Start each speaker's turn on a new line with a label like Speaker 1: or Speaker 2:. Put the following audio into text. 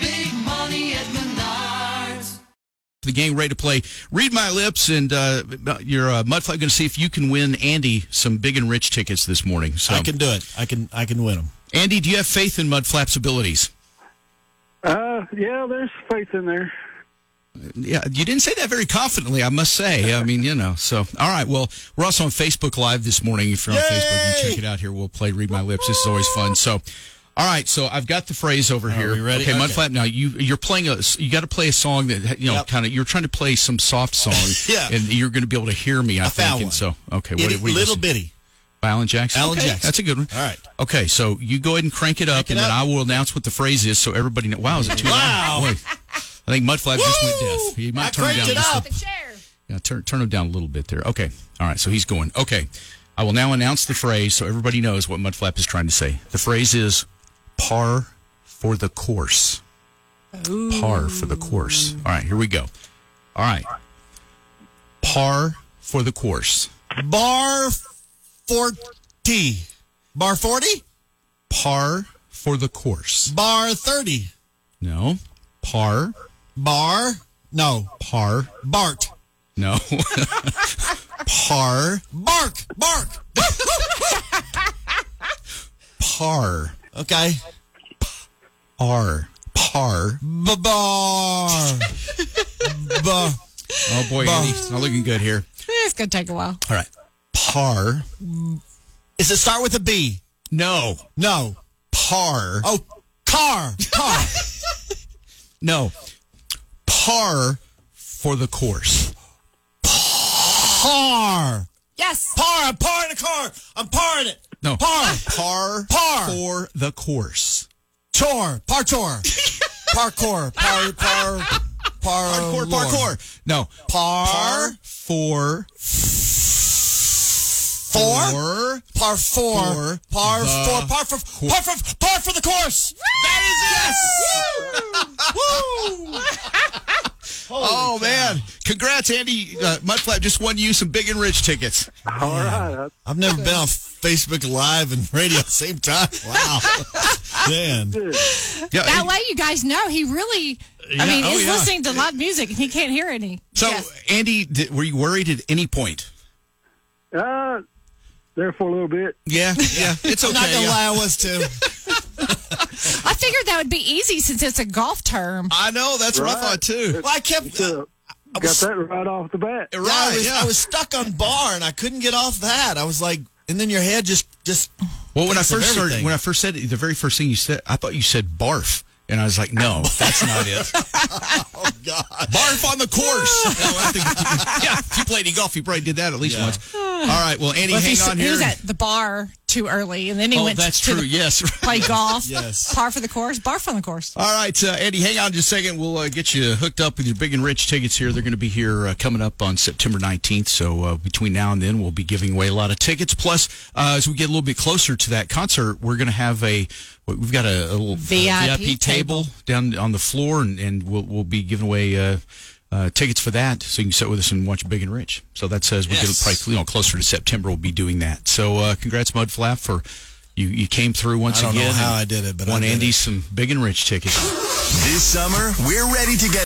Speaker 1: big money at Menards.
Speaker 2: the game ready to play. Read my lips, and uh, your uh, mudfly going to see if you can win Andy some big and rich tickets this morning. So,
Speaker 3: I can do it. I can I can win them.
Speaker 2: Andy, do you have faith in Mudflap's abilities?
Speaker 4: Uh, yeah, there's faith in there.
Speaker 2: Yeah, you didn't say that very confidently, I must say. I mean, you know. So, all right. Well, we're also on Facebook Live this morning. If you're on Facebook, you check it out here. We'll play "Read My Lips." This is always fun. So, all right. So I've got the phrase over here.
Speaker 3: we ready?
Speaker 2: Okay,
Speaker 3: Okay.
Speaker 2: Mudflap. Now you you're playing a you got to play a song that you know
Speaker 3: Yep.
Speaker 2: kind of you're trying to play some soft song.
Speaker 3: Yeah.
Speaker 2: and you're going to be able to hear me. I, think.
Speaker 3: found
Speaker 2: and
Speaker 3: one.
Speaker 2: so, okay.
Speaker 3: Itty-
Speaker 2: what, what do you
Speaker 3: little
Speaker 2: say?
Speaker 3: bitty.
Speaker 2: By Alan Jackson.
Speaker 3: Alan
Speaker 2: Okay,
Speaker 3: Jackson.
Speaker 2: That's a good one.
Speaker 3: All right.
Speaker 2: Okay, so you go ahead and crank it up,
Speaker 3: it
Speaker 2: and then
Speaker 3: up.
Speaker 2: I will announce what the phrase is, so everybody. Know. Wow, is it too
Speaker 3: Wow.
Speaker 2: loud? Boy, I think Mudflap just went
Speaker 3: Woo!
Speaker 2: deaf. He might
Speaker 3: I
Speaker 2: turn it
Speaker 3: cranked
Speaker 2: down.
Speaker 3: it
Speaker 2: just a-
Speaker 3: up.
Speaker 2: yeah, turn turn him down a little bit there. Okay. All right. So he's going. Okay. I will now announce the phrase so everybody knows what Mudflap is trying to say. The phrase is par for the course. Par for the course. All right, here we go. All right. Par for the course.
Speaker 3: Bar forty. Bar forty.
Speaker 2: Par for the course.
Speaker 3: Bar thirty.
Speaker 2: No. Par. Oh,
Speaker 3: Bar no.
Speaker 2: Par.
Speaker 3: Bart.
Speaker 2: No. par.
Speaker 3: Bark. Bark.
Speaker 2: Par.
Speaker 3: Okay.
Speaker 2: R. Par.
Speaker 3: B- Bar. Bar.
Speaker 2: Oh boy, Andy, it's not looking good here.
Speaker 5: It's gonna take a while.
Speaker 2: All right. Par.
Speaker 3: Is it start with a B?
Speaker 2: No.
Speaker 3: No.
Speaker 2: Par.
Speaker 3: Oh, car. Car.
Speaker 2: No. Par for the course.
Speaker 3: Par.
Speaker 5: Yes.
Speaker 3: Par. I'm parring the car. I'm parring it.
Speaker 2: No. Ah.
Speaker 3: Par.
Speaker 2: Par.
Speaker 3: Par.
Speaker 2: For the course.
Speaker 3: Chore. Parchor. Parkour. Par. Par. Par.
Speaker 2: Parkour,
Speaker 3: lore.
Speaker 2: parkour. No.
Speaker 3: Par.
Speaker 2: Par for
Speaker 3: Four?
Speaker 2: for
Speaker 3: Par four.
Speaker 2: For
Speaker 3: par
Speaker 2: the
Speaker 3: four. Par for. Par for. Par for the course.
Speaker 2: Oh man! Congrats, Andy uh, Mudflap. Just won you some big and rich tickets.
Speaker 4: All right.
Speaker 3: I've never been on Facebook Live and radio at the same time. Wow. Man.
Speaker 2: Yeah.
Speaker 5: That way you guys know he really
Speaker 2: Yeah,
Speaker 5: I mean,
Speaker 2: oh,
Speaker 5: he's
Speaker 2: yeah.
Speaker 5: listening to live music and he can't hear any.
Speaker 2: so,
Speaker 5: Yes.
Speaker 2: Andy, did, were you worried at any point?
Speaker 4: Uh, there for a little bit.
Speaker 2: Yeah, yeah. It's
Speaker 3: I'm
Speaker 2: okay.
Speaker 3: not gonna
Speaker 2: yeah.
Speaker 3: lie, I was too.
Speaker 5: I figured that would be easy since it's a golf term.
Speaker 2: I know. That's what I
Speaker 4: Right.
Speaker 2: thought too.
Speaker 3: Well, I kept.
Speaker 4: Uh,
Speaker 3: I
Speaker 4: got
Speaker 3: was,
Speaker 4: that right off the bat.
Speaker 3: yeah, I,
Speaker 2: Right.
Speaker 3: was,
Speaker 2: Yeah.
Speaker 3: I was stuck on bar and I couldn't get off that. I was like, and then your head just just.
Speaker 2: Well, when I
Speaker 3: Thinks of
Speaker 2: first started,
Speaker 3: everything.
Speaker 2: when I first said it, the very first thing you said, I thought you said barf, and I was like, no, that's not it.
Speaker 3: Oh God.
Speaker 2: barf on the course. No, I think- yeah, if you played any golf, you probably did that at least once. All right. Well, Andy,
Speaker 5: Well, if
Speaker 2: hang
Speaker 5: he, s-
Speaker 2: on
Speaker 5: he
Speaker 2: here.
Speaker 5: was at the bar too early and then he
Speaker 2: oh,
Speaker 5: went
Speaker 2: that's
Speaker 5: to
Speaker 2: true.
Speaker 5: the-
Speaker 2: Yes.
Speaker 5: play golf.
Speaker 3: Yes.
Speaker 5: Par for the course, barf on the course.
Speaker 2: All right, uh, Andy, hang on just a second. We'll uh, get you hooked up with your big and rich tickets here. They're going to be here uh, coming up on September 19th. So uh, between now and then, we'll be giving away a lot of tickets. Plus, uh, as we get a little bit closer to that concert, we're going to have a we've got a, a little uh,
Speaker 5: VIP
Speaker 2: VIP table, down on the floor, and, and we'll we'll be giving away. Uh, uh, tickets for that, so you can sit with us and watch Big and Rich. So that says we
Speaker 3: Yes.
Speaker 2: get probably you know, closer to September. We'll be doing that. So uh, congrats, Mudflap, for you. You came through once
Speaker 3: I don't know
Speaker 2: again.
Speaker 3: how
Speaker 2: and
Speaker 3: I did it, but I
Speaker 2: won
Speaker 3: did
Speaker 2: Andy
Speaker 3: it.
Speaker 2: some Big and Rich tickets.
Speaker 6: This summer, we're ready to get